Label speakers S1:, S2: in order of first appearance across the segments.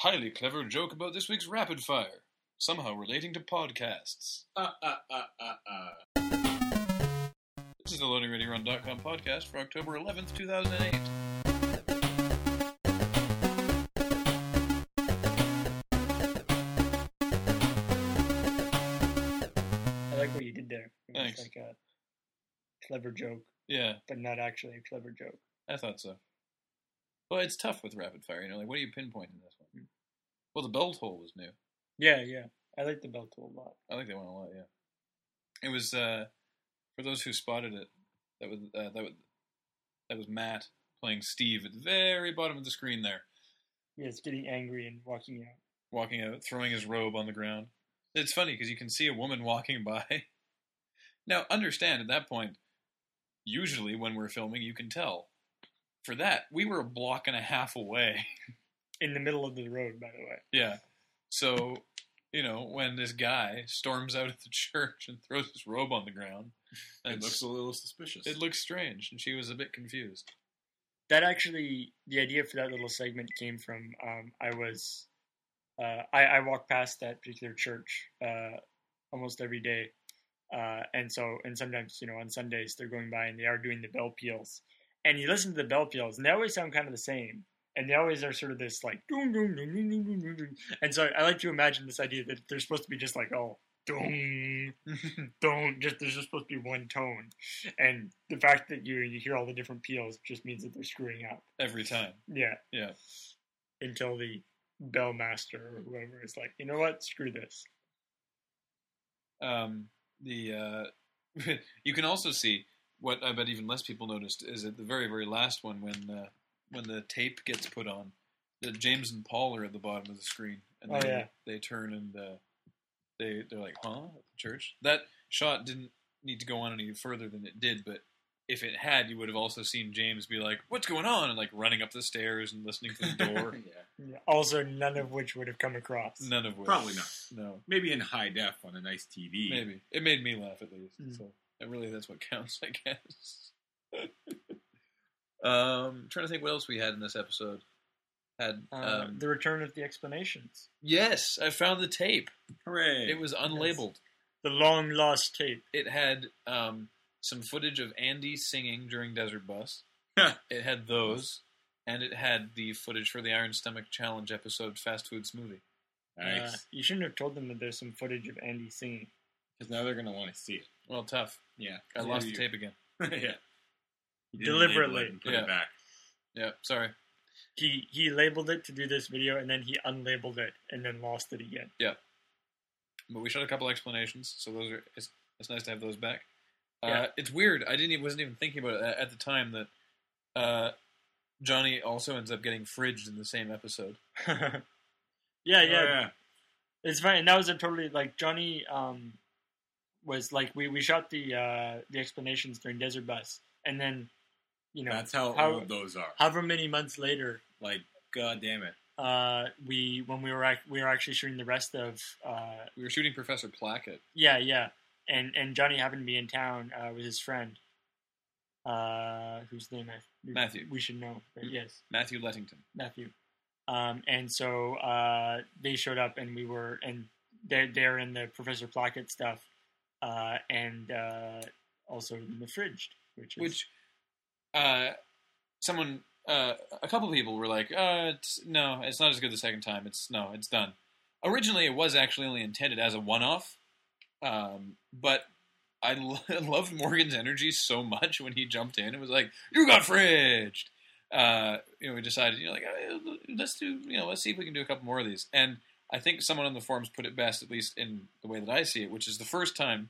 S1: Highly clever joke about this week's rapid fire, somehow relating to podcasts.
S2: Uh, uh, uh, uh, uh.
S1: This is the LoadingReadyRun.com podcast for October 11th, 2008.
S3: I like what you did there. It was
S1: Thanks.
S3: like a clever joke,
S1: Yeah,
S3: but not actually a clever joke.
S1: I thought so. Well, it's tough with rapid fire, you know, like what do you pinpoint in this one? Well, the belt hole was new.
S3: Yeah, yeah. I like the belt tool a lot.
S1: I like that one a lot. Yeah, it was uh, for those who spotted it. That was uh, that was that was Matt playing Steve at the very bottom of the screen there,
S3: Yeah, it's getting angry and walking out.
S1: walking out, throwing his robe on the ground. It's funny because you can see a woman walking by. Now, understand at that point. Usually, when we're filming, you can tell. For that, we were a block and a half away.
S3: In the middle of the road, by the way.
S1: Yeah. So, you know, when this guy storms out of the church and throws his robe on the ground,
S2: It
S1: and
S2: looks a little suspicious.
S1: It looked strange, and she was a bit confused.
S3: That actually, the idea for that little segment came from um, I was, uh, I, I walk past that particular church uh, almost every day. Uh, and so, and sometimes, you know, on Sundays, they're going by and they are doing the bell peals. And you listen to the bell peals, and they always sound kind of the same. And they always are sort of this like, dung, dung, dung, dung, dung, dung, dung, dung. and so I like to imagine this idea that they're supposed to be just like, oh, dung, don't just there's just supposed to be one tone and the fact that you you hear all the different peals just means that they're screwing up
S1: Every time.
S3: yeah
S1: Yeah.
S3: until the bell master or whoever is like you know what screw this
S1: Um, the uh, you can also see what I bet even less people noticed is at the very very last one when uh, when the tape gets put on, that James and Paul are at the bottom of the screen, and
S3: Oh,
S1: they
S3: yeah.
S1: they turn and uh, they they're like, huh, at the church. That shot didn't need to go on any further than it did, but. If it had, you would have also seen James be like, "What's going on?" and like running up the stairs and listening to the door.
S2: yeah.
S3: also none of which would have come across
S1: None of which,
S2: Probably not.
S1: No,
S2: Maybe in high def on a nice TV.
S1: Maybe it made me laugh at least.
S3: Mm.
S1: So and really, that's what counts, I guess. um, trying to think what else we had in this episode. Had um,
S3: Uh, the return of the explanations
S1: yes, I found the tape.
S2: Hooray!
S1: It was unlabeled.
S3: the long lost tape
S1: It had um, some footage of Andy singing during Desert Bus. it had those, and it had the footage for the Iron Stomach Challenge episode, Fast Food Smoothie.
S3: Uh,
S2: nice.
S3: you shouldn't have told them that there's some footage of andy singing
S2: Because now they're gonna want to see it.
S1: Well, tough.
S2: Yeah.
S1: I lost the tape again.
S2: yeah. You didn't
S3: Deliberately.
S2: label it and put
S1: Yeah.
S2: it back.
S1: Yeah, sorry.
S3: he he labeled it to do this video and then he unlabeled it and then lost it again
S1: but we shot a couple explanations, so those are it's, it's nice to have those back. Uh,
S3: Yeah.
S1: it's weird. I didn't even, wasn't even thinking about it a- at the time that uh, Johnny also ends up getting fridged in the same episode.
S3: yeah yeah
S2: Oh, yeah.
S3: It's fine. And that was a totally like Johnny um was like we, we shot the uh the explanations during Desert Bus and then you know
S2: That's how,
S3: how-
S2: old those are.
S3: however many months later
S2: Like, god damn it.
S3: uh we when we were ac- we were actually shooting the rest of uh
S1: We were shooting Professor Plackett.
S3: yeah yeah and and Johnny happened to be in town uh with his friend uh whose name I
S1: Matthew.
S3: we should know but
S1: Mm.
S3: yes
S1: Matthew Lettington.
S3: Matthew. Um, and so uh, they showed up, and we were, and they're, they're in the Professor Plackett stuff, uh, and uh, also in the fridge, which is
S1: which uh, someone uh, a couple people were like uh, it's, no it's not as good the second time it's no it's done originally it was actually only intended as a one-off um, but I lo- loved morgan's energy so much when he jumped in and was like you got fridged uh, you know we decided you know like "Uh, let's do you know let's see if we can do a couple more of these and i think someone on the forums put it best at least in the way that i see it which is the first time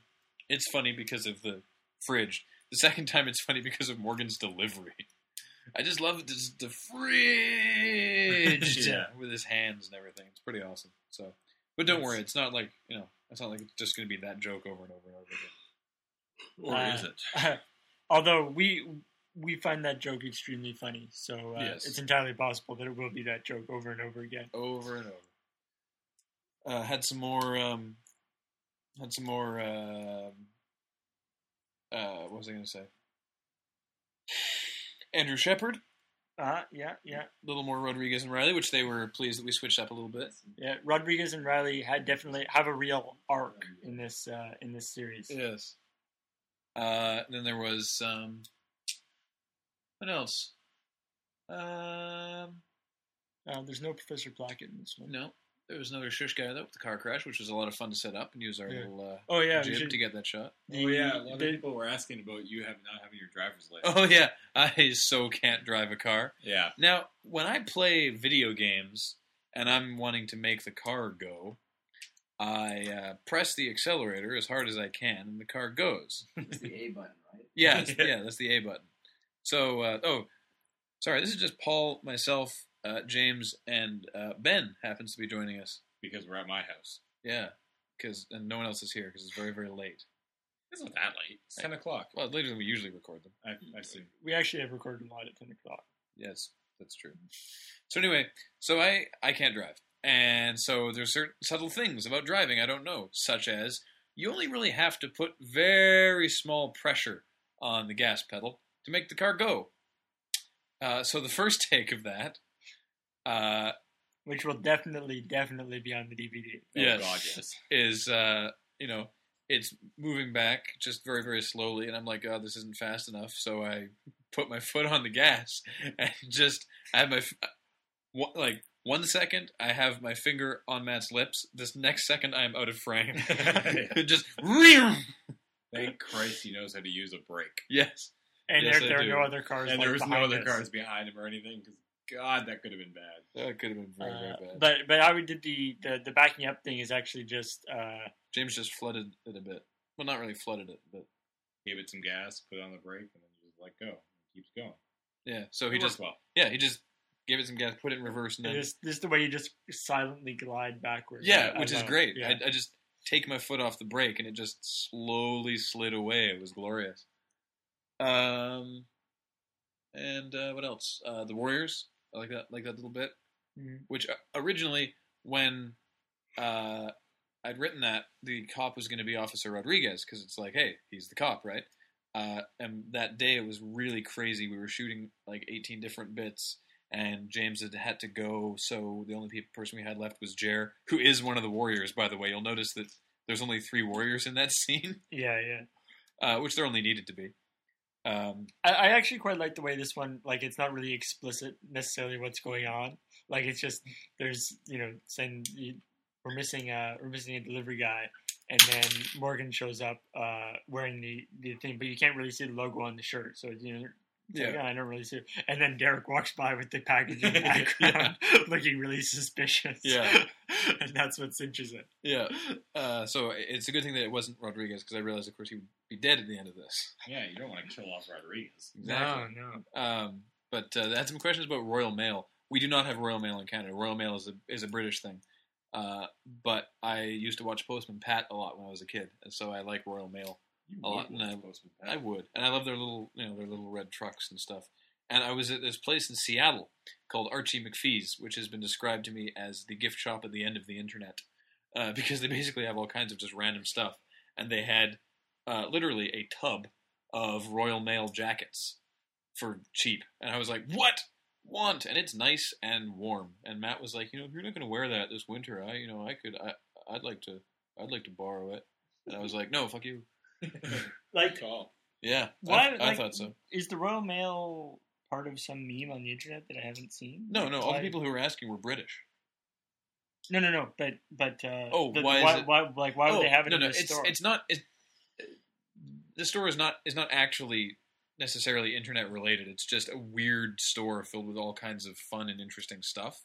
S1: it's funny because of the fridge the second time it's funny because of Morgan's delivery. I just love this, the fridge
S2: Yeah.
S1: with his hands and everything. It's pretty awesome. So, but don't worry, it's not like you know, it's not like it's just going to be that joke over and over and over again.
S2: Or
S3: Uh,
S2: is it?
S3: although we we find that joke extremely funny, so uh,
S1: Yes.
S3: it's entirely possible that it will be that joke over and over again.
S1: Over and over. Uh, had some more. Um, had some more. Uh, uh, what was I going to say? Andrew Shepard
S3: Uh, yeah, yeah,
S1: A little more Rodriguez and Riley, which they were pleased that we switched up a little bit.
S3: yeah. Rodriguez and Riley had definitely have a real arc in this uh, in this series.
S1: Yes. Uh, then there was um, what else? Um,
S3: Uh, there's no Professor Plackett in this one.
S1: no, there was another shush guy though with the car crash, which was a lot of fun to set up and use our
S3: Yeah.
S1: little
S3: Oh
S1: uh,
S3: yeah, we
S1: jib
S3: should-
S1: to get that shot.
S2: oh yeah, a lot
S3: the-
S2: of people were asking about you have not having your driver's license.
S1: Oh yeah, I so can't drive a car.
S2: Yeah,
S1: Now, when I play video games and I'm wanting to make the car go, I uh, press the accelerator as hard as I can, and the car goes.
S4: It's the A button, right?
S1: Yeah, that's- yeah, that's the A button. So, uh, oh, sorry, this is just Paul, myself, uh, James, and uh, Ben happens to be joining us.
S2: because we're at my house.
S1: Yeah, because and no one else is here because it's very very late.
S2: It's not that late. It's ten o'clock.
S1: Well, later than we usually record them.
S2: I, I see.
S3: we actually have recorded a lot at ten o'clock.
S1: Yes, that's true. So anyway, so I I can't drive, and so there's certain subtle things about driving I don't know, such as you only really have to put very small pressure on the gas pedal to make the car go. Uh, so the first take of that, uh,
S3: Which will definitely, definitely be on the DVD.
S2: Oh,
S1: Yes.
S2: God, yes.
S1: is uh, you know it's moving back just very very slowly and i'm like oh this isn't fast enough so i put my foot on the gas and just i have my f- uh, one, like one second i have my finger on matt's lips this next second i'm out of frame just
S2: Thank Christ he knows how to use a brake.
S1: yes
S3: And
S1: Yes,
S3: there,
S1: I
S3: there are
S1: do.
S3: no other cars.
S2: And
S3: like,
S2: there was no
S3: behind
S2: other
S3: us.
S2: cars behind him or anything. Because God, that could have been bad.
S1: that could have been very
S3: Uh,
S1: very bad
S3: but but how we did the, the the backing up thing is actually just uh,
S1: james just flooded it a bit well not really flooded it but
S2: Gave it some gas, put it on the brake, and then just let go. It keeps going.
S1: yeah so
S2: It
S1: he
S2: worked
S1: just
S2: well.
S1: yeah he just gave it some gas put it in reverse and then
S3: this this is the way you just silently glide backwards.
S1: Yeah,
S3: I- I
S1: which is
S3: love it.
S1: great.
S3: Yeah.
S1: I, I just take my foot off the brake and it just slowly slid away. It was glorious. Um, and uh, what else? Uh, the Warriors. I like that. Like that little bit.
S3: Mhm.
S1: Which uh, originally, when uh, I'd written that, the cop was going to be Officer Rodriguez because it's like, hey, he's the cop, right? Uh, and that day it was really crazy. We were shooting like 18 different bits, and James had had to go. So the only pe- person we had left was Jer, who is one of the warriors, by the way. You'll notice that there's only three warriors in that scene,
S3: yeah, yeah.
S1: uh, which there only needed to be. Um,
S3: I, I actually quite like the way this one like it's not really explicit necessarily what's going on. Like it's just there's you know saying you- we're missing a we're missing a delivery guy, and then Morgan shows up uh, wearing the the thing, but you can't really see the logo on the shirt, so you know. it's like,
S1: Yeah.
S3: "Oh, I don't really see it. And then Derek walks by with the package in the background, looking really suspicious.
S1: Yeah.
S3: and that's what cinches it.
S1: yeah. Uh, so it's a good thing that it wasn't Rodriguez because I realized, of course, he would be dead at the end of this.
S2: Yeah, you don't want to kill off Rodriguez.
S3: No, no.
S1: Um, but uh, they had some questions about Royal Mail. We do not have Royal Mail in Canada. Royal Mail is a is a British thing. Uh, but I used to watch Postman Pat a lot when I was a kid, and so I like Royal Mail.
S2: You
S1: A lot,
S2: would
S1: no.
S2: want to post with that.
S1: I would, and I love their little you know their little red trucks and stuff. And I was at this place in Seattle called Archie McPhee's, which has been described to me as the gift shop at the end of the internet, uh, because they basically have all kinds of just random stuff. And they had uh, literally a tub of Royal Mail jackets for cheap. And I was like, what? Want? And it's nice and warm. And Matt was like, you know, if you're not going to wear that this winter, I, you know, I could, I, I'd like to, I'd like to borrow it. And I was like, no, fuck you.
S3: Like,
S2: call.
S1: Yeah,
S3: Why,
S1: I, I
S3: like-
S1: thought so.
S3: is the Royal Mail part of some meme on the internet that I haven't seen?
S1: No, no, all the
S3: Why-
S1: people who were asking were British.
S3: No, no, no. But but uh,
S1: Oh,
S3: the-
S1: why is
S3: why, Oh,
S1: it-
S3: why like why would they have it
S1: Oh, no,
S3: in
S1: no,
S3: their
S1: it's,
S3: store?
S1: It's not. It, the store is not is not actually necessarily internet related. It's just a weird store filled with all kinds of fun and interesting stuff.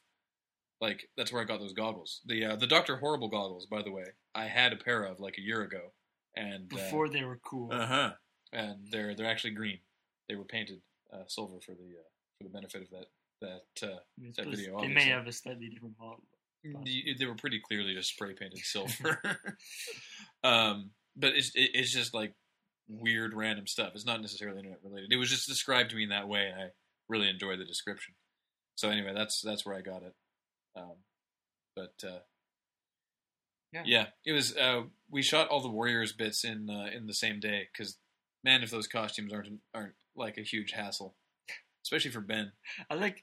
S1: Like that's where I got those goggles. The uh, the Doctor Horrible goggles, by the way, I had a pair of like a year ago, and
S3: Before Mm. they were cool.
S1: uh huh, and they're they're actually green. They were painted uh, silver for the uh, for the benefit of that that uh,
S3: I mean,
S1: that
S3: suppose
S1: video,
S3: they may
S1: obviously.
S3: have a slightly different model.
S1: Y- they were pretty clearly just spray painted silver. um, but it's it, it's just like weird random stuff. It's not necessarily internet related. It was just described to me in that way, and I really enjoyed the description. So anyway, that's that's where I got it. Um, but uh,
S3: Yeah.
S1: it was. Uh, we shot all the Warriors bits in uh, in the same day because man, if those costumes aren't aren't like a huge hassle. especially for Ben.
S3: I like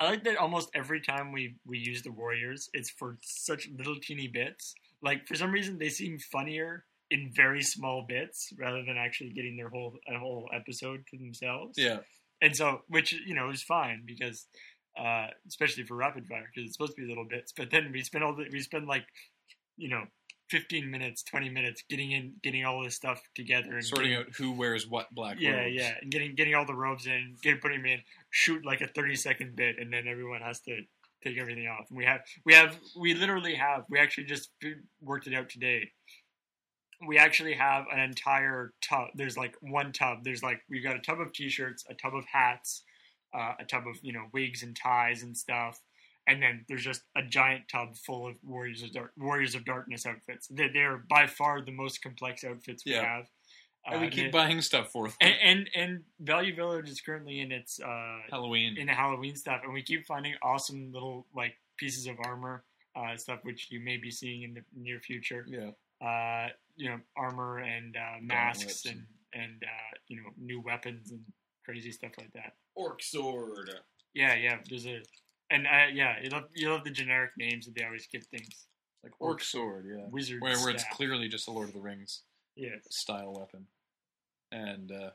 S3: I like that almost every time we we use the Warriors, it's for such little teeny bits. Like for some reason, they seem funnier in very small bits rather than actually getting their whole a whole episode to themselves.
S1: Yeah,
S3: and so which you know is fine because. Uh, especially for rapid fire, because it's supposed to be little bits. But then we spend all the, we spend like, you know, fifteen minutes, twenty minutes getting in, getting all this stuff together, and
S1: sorting
S3: getting-
S1: out who wears what black
S3: yeah,
S1: robes.
S3: yeah, and getting getting all the robes in, getting putting them in, shoot like a thirty second bit, and then everyone has to take everything off. And we have we have we literally have we actually just f- worked it out today. We actually have an entire tub. There's like one tub. There's like we've got a tub of t-shirts, a tub of hats, uh, a tub of you know wigs and ties and stuff. And then there's just a giant tub full of Warriors of Dark, Warriors of Darkness outfits. They're, they're by far the most complex outfits we
S1: Yeah.
S3: have.
S1: and we
S3: Uh,
S1: keep
S3: they-
S1: buying stuff for them.
S3: and and, and Value Village is currently in its uh,
S1: Halloween.
S3: in the Halloween stuff, and we keep finding awesome little like pieces of armor uh, stuff, which you may be seeing in the near future.
S1: yeah,
S3: Uh, you know, armor and uh, masks
S1: Gauntlets.
S3: and and uh, you know new weapons and crazy stuff like that.
S2: Orc sword.
S3: Yeah, yeah. There's a and uh, yeah, you love you love the generic names that they always give things.
S1: like orc sword. Yeah,
S3: Wizard.
S1: where where it's
S3: staff.
S1: clearly just a Lord of the Rings
S3: Yes.
S1: style weapon, and uh,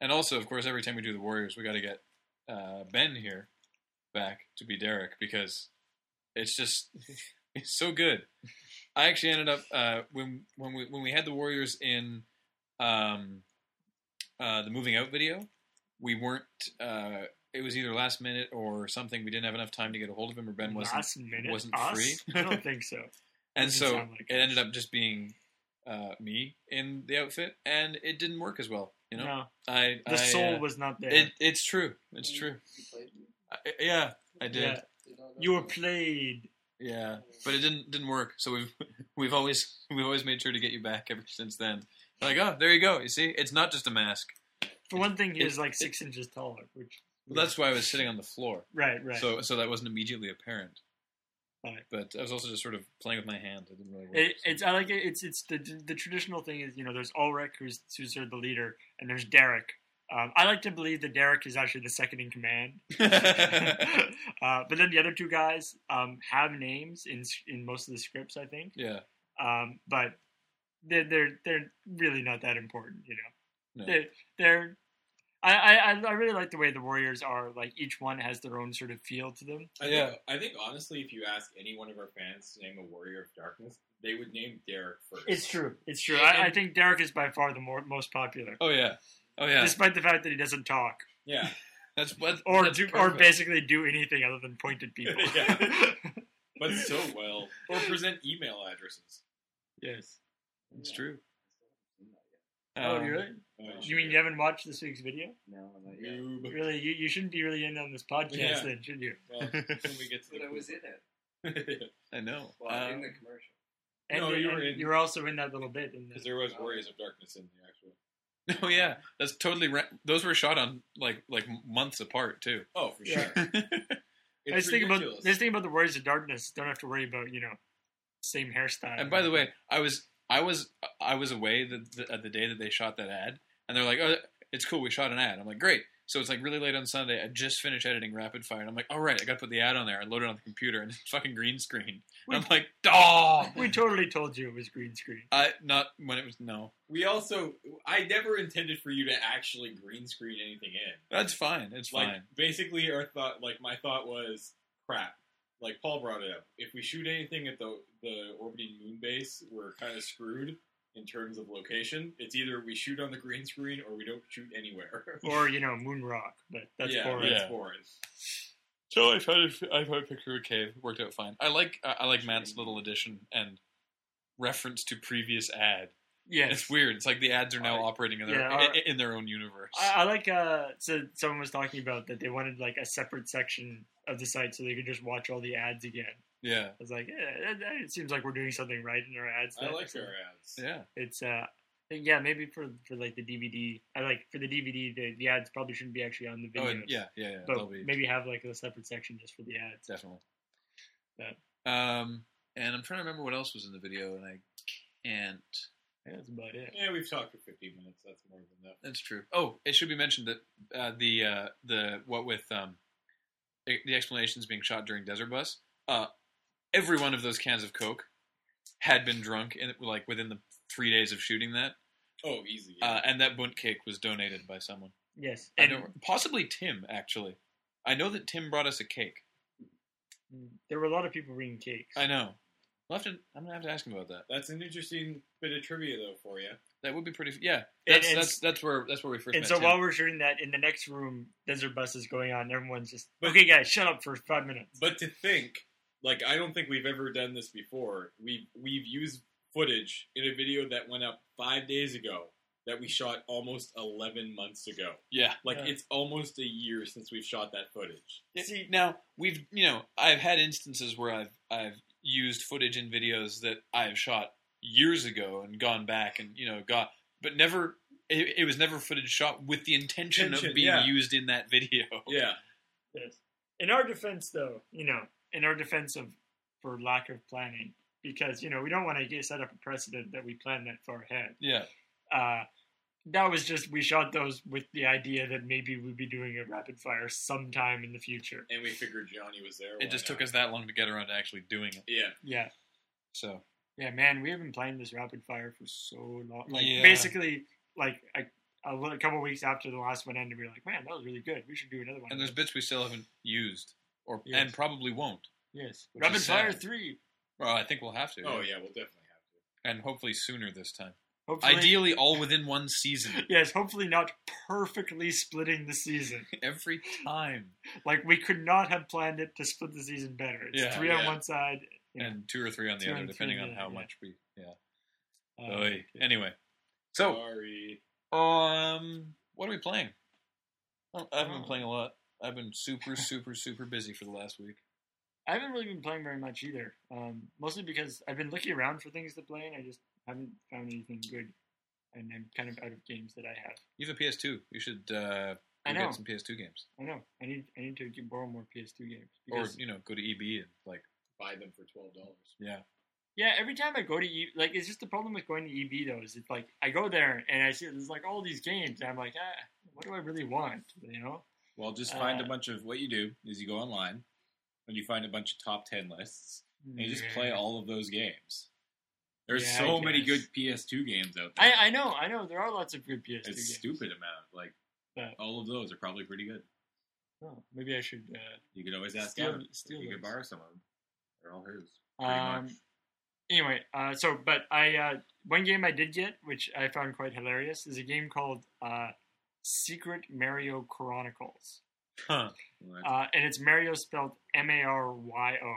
S1: and also of course every time we do the Warriors, we got to get uh, Ben here back to be Derek because it's just it's so good. I actually ended up uh, when when we when we had the Warriors in um, uh, the moving out video, we weren't. Uh, it was either last minute or something. We didn't have enough time to get a hold of him, or Ben wasn't
S3: Last minute.
S1: wasn't
S3: us?
S1: free.
S3: I don't think so.
S1: and
S3: Doesn't
S1: so
S3: sound like
S1: it
S3: us.
S1: ended up just being uh, me in the outfit, and it didn't work as well. You know,
S3: no,
S1: I
S3: the
S1: I,
S3: soul
S1: uh,
S3: was not there.
S1: It, it's true. It's true.
S4: You played me?
S1: I, yeah, I did.
S3: Yeah.
S1: Yeah.
S3: You were played.
S1: but it didn't didn't work. So we've we've always we've always made sure to get you back ever since then. Like, oh, there you go. You see, it's not just a mask.
S3: For one thing, he
S1: it-
S3: was like
S1: it-
S3: six inches taller, which
S1: Well, that's why I was sitting on the floor,
S3: right, right.
S1: so so that wasn't immediately apparent.
S3: Right.
S1: But I was also just sort of playing with my hand. It didn't really work.
S3: it, it's I like it. It's it's the the traditional thing is you know there's Ulrich who's who's sort of the leader, and there's Derek. Um, I like to believe that Derek is actually the second in command, uh, but then the other two guys um, have names in s- in most of the scripts, I think.
S1: yeah.
S3: Um, but they're they're they're really not that important, you know.
S1: No.
S3: they're, they're I, I, I- I really like the way the Warriors are. Like each one has their own sort of feel to them.
S2: I
S1: Yeah.
S2: Think, I think honestly, if you ask any one of our fans to name a warrior of darkness, they would name Derek first.
S3: It's true. It's true. I, I think Derek is by far the more, most popular,
S1: Oh yeah. Oh yeah.
S3: despite the fact that he doesn't talk
S2: Yeah.
S1: That's what.
S3: or
S1: that's
S3: do, or
S1: perfect.
S3: basically do anything other than point at people.
S2: Yeah. but so well. Or present email addresses.
S3: yes.
S1: It's true.
S3: Oh,
S1: Um,
S3: you really?
S2: Uh,
S3: You mean you haven't watched this week's video?
S4: No, I'm not yet.
S2: noob.
S3: Really, you, you shouldn't be really in on this podcast
S2: Yeah.
S3: then, should you?
S2: Well, when we get to
S4: But I was in it.
S2: the
S1: I know.
S4: Well,
S1: Um,
S4: in the commercial.
S3: And,
S2: No, you were in-
S3: you were also in that little bit. In
S2: because
S3: the,
S2: there was warriors of darkness in the actual.
S1: oh yeah, that's totally right. Those were shot on like like months apart too.
S2: Oh, for
S3: Yeah.
S2: sure.
S3: I just think about
S2: ridiculous.
S3: this thing about the Warriors of Darkness. Don't have to worry about you know same hairstyle.
S1: And by the way, I was I was I was away the the, uh, the day that they shot that ad, and they're like, "Oh, it's cool, we shot an ad." I'm like, "Great." So it's like really late on Sunday. I just finished editing Rapid Fire, and I'm like, "All right, I got to put the ad on there." I loaded it on the computer, and it's fucking green screen. And I'm like, "Oh,
S3: we totally told you it was green screen.
S1: I not when it was no,
S2: We also, I never intended for you to actually green screen anything in.
S1: that's fine, it's
S2: Like
S1: fine."
S2: basically, our thought, like my thought was, crap. Like Paul brought it up. If we shoot anything at the the orbiting moon base, we're kind of screwed in terms of location. It's either we shoot on the green screen or we don't shoot anywhere.
S3: or you know moon rock but that's
S2: yeah,
S3: boring
S2: that's
S1: Yeah.
S2: boring.
S1: So I found a, I found a picture of a cave. It worked out fine. I like I like Matt's little addition and reference to previous ad.
S3: yes
S1: It's weird. It's like the ads are now
S2: Alright.
S1: operating in their
S3: Yeah, alright.
S1: in their own universe.
S3: I, I like uh so someone was talking about that they wanted like a separate section of the site so they could just watch all the ads again i
S1: yeah,
S3: was like yeah, that, that- it seems like we're doing something right in our ads
S2: I
S3: that-
S2: like our ads.
S1: yeah.
S3: it's uh yeah maybe for for like the dvd i like for the dvd the, the ads probably shouldn't be actually on the
S1: Oh,
S3: videos
S1: and yeah, yeah, yeah. They'll
S3: but
S1: be
S3: maybe have like a separate section just for the ads
S1: definitely.
S3: Yeah.
S1: Um, and I'm trying to remember what else was in the video, and I can't.
S3: Yeah, that's about it.
S2: Yeah, we've talked for 15 minutes. That's more than enough.
S1: That's true. Oh, it should be mentioned that uh, the uh, the what with um, the the explanations being shot during Desert Bus, uh, every one of those cans of Coke had been drunk in like within the three days of shooting that,
S2: Oh, easy.
S1: uh, and that bunt cake was donated by someone.
S3: Yes,
S1: I
S3: and
S1: don't, possibly Tim actually. I know that Tim brought us a cake.
S3: there were a lot of people bringing cakes.
S1: I know. We'll have to, I'm gonna have to ask him about that.
S2: That's an interesting bit of trivia, though, for you.
S1: That would be pretty. Yeah, that's
S3: and-
S1: that's that's where that's where we first
S3: and
S1: met.
S3: so
S1: Tim.
S3: while we're shooting that, in the next room, desert bus is going on. and Everyone's just
S2: But-
S3: okay, guys, shut up for five minutes.
S2: But to think, like, I don't think we've ever done this before. We've we've used footage in a video that went up five days ago that we shot almost 11 months ago.
S1: yeah,
S2: Like,
S3: Yeah.
S2: it's almost a year since we've shot that footage.
S1: See, now we've you know I've had instances where I've I've used footage in videos that I've shot years ago and gone back and you know got but never it, it was never footage shot with the intention
S2: Intention,
S1: of being
S2: yeah.
S1: used in that video.
S2: Yeah.
S3: Yes. In our defense, though, you know, in our defense of for lack of planning, because you know we don't want to get set up a precedent that we plan that far ahead.
S1: Yeah.
S3: Uh, that was just we shot those with the idea that maybe we'd be doing a rapid fire sometime in the future.
S2: And we figured Johnny was
S3: Oh
S2: there. why
S1: It just
S2: not?
S1: took us that long to get around to actually doing it.
S2: Yeah.
S3: Yeah,
S1: So
S3: yeah, man, we have been playing this rapid fire for so long. Like
S1: Yeah.
S3: basically, like a, a, li- couple weeks after the last one ended, we were like, man, that was really good. We should do another one.
S1: and there's bits we still haven't used or
S3: Yes.
S1: and probably won't.
S3: yes,
S1: which
S3: rapid
S1: is sad.
S3: fire three.
S1: Well, I think we'll have to.
S2: Oh, yeah, we'll definitely have
S1: And hopefully sooner this time.
S3: Hopefully,
S1: Ideally, all within one season
S3: Yes, hopefully not perfectly splitting the season.
S1: every time,
S3: Like we could not have planned it to split the season better. It's
S1: Yeah,
S3: three on
S2: yeah.
S3: one side. you know,
S1: and two or three on the
S3: Two
S1: other,
S3: and three
S1: depending
S3: on
S1: on
S3: the
S1: how
S3: other, yeah.
S1: much we. Yeah.
S3: uh,
S1: Oy. Anyway,
S2: to.
S1: so
S2: Sorry.
S1: um, what are we playing? Oh, I've been
S3: Oh.
S1: playing a lot. I've been super, super, super busy for the last week.
S3: I haven't really been playing very much either. Um, mostly because I've been looking around for things to play, and I just haven't found anything good. And I'm kind of out of games that I have.
S1: You have a PS2. You should uh,
S3: I
S1: go
S3: know.
S1: get some PS2 games,
S3: I know. I need. I need to get, borrow more PS2 games.
S1: or
S3: Because,
S1: you know, go to EB and like,
S2: Buy them for $12.
S1: yeah,
S3: yeah, every time I go to E, like it's just the problem with going to EB though is it's like I go there and I see there's like all these games, and I'm like, ah, what do I really want? You know?
S4: Well, just find
S3: Uh,
S4: a bunch of what you do is you go online and you find a bunch of top 10 lists and you just play
S3: Yeah.
S4: all of those games. There's
S3: Yeah, I
S4: so many
S3: guess.
S4: good PS2 games out there.
S3: I, I know, I know. There are lots of good PS2
S4: it's
S3: games.
S4: stupid amount. Like
S3: But-
S4: all of those are probably pretty good.
S3: Oh, maybe I should. Uh,
S4: You could always ask
S3: Steal-
S4: Gavin.
S3: steal
S4: you could
S3: those.
S4: borrow some of them. They're all hers. Pretty
S3: um,
S4: much.
S3: anyway, uh, so but I uh, one game I did get, which I found quite hilarious, is a game called uh, Secret Mario Chronicles,
S1: huh?
S4: Well, that's-
S3: uh, and it's Mario spelled M A R Y O.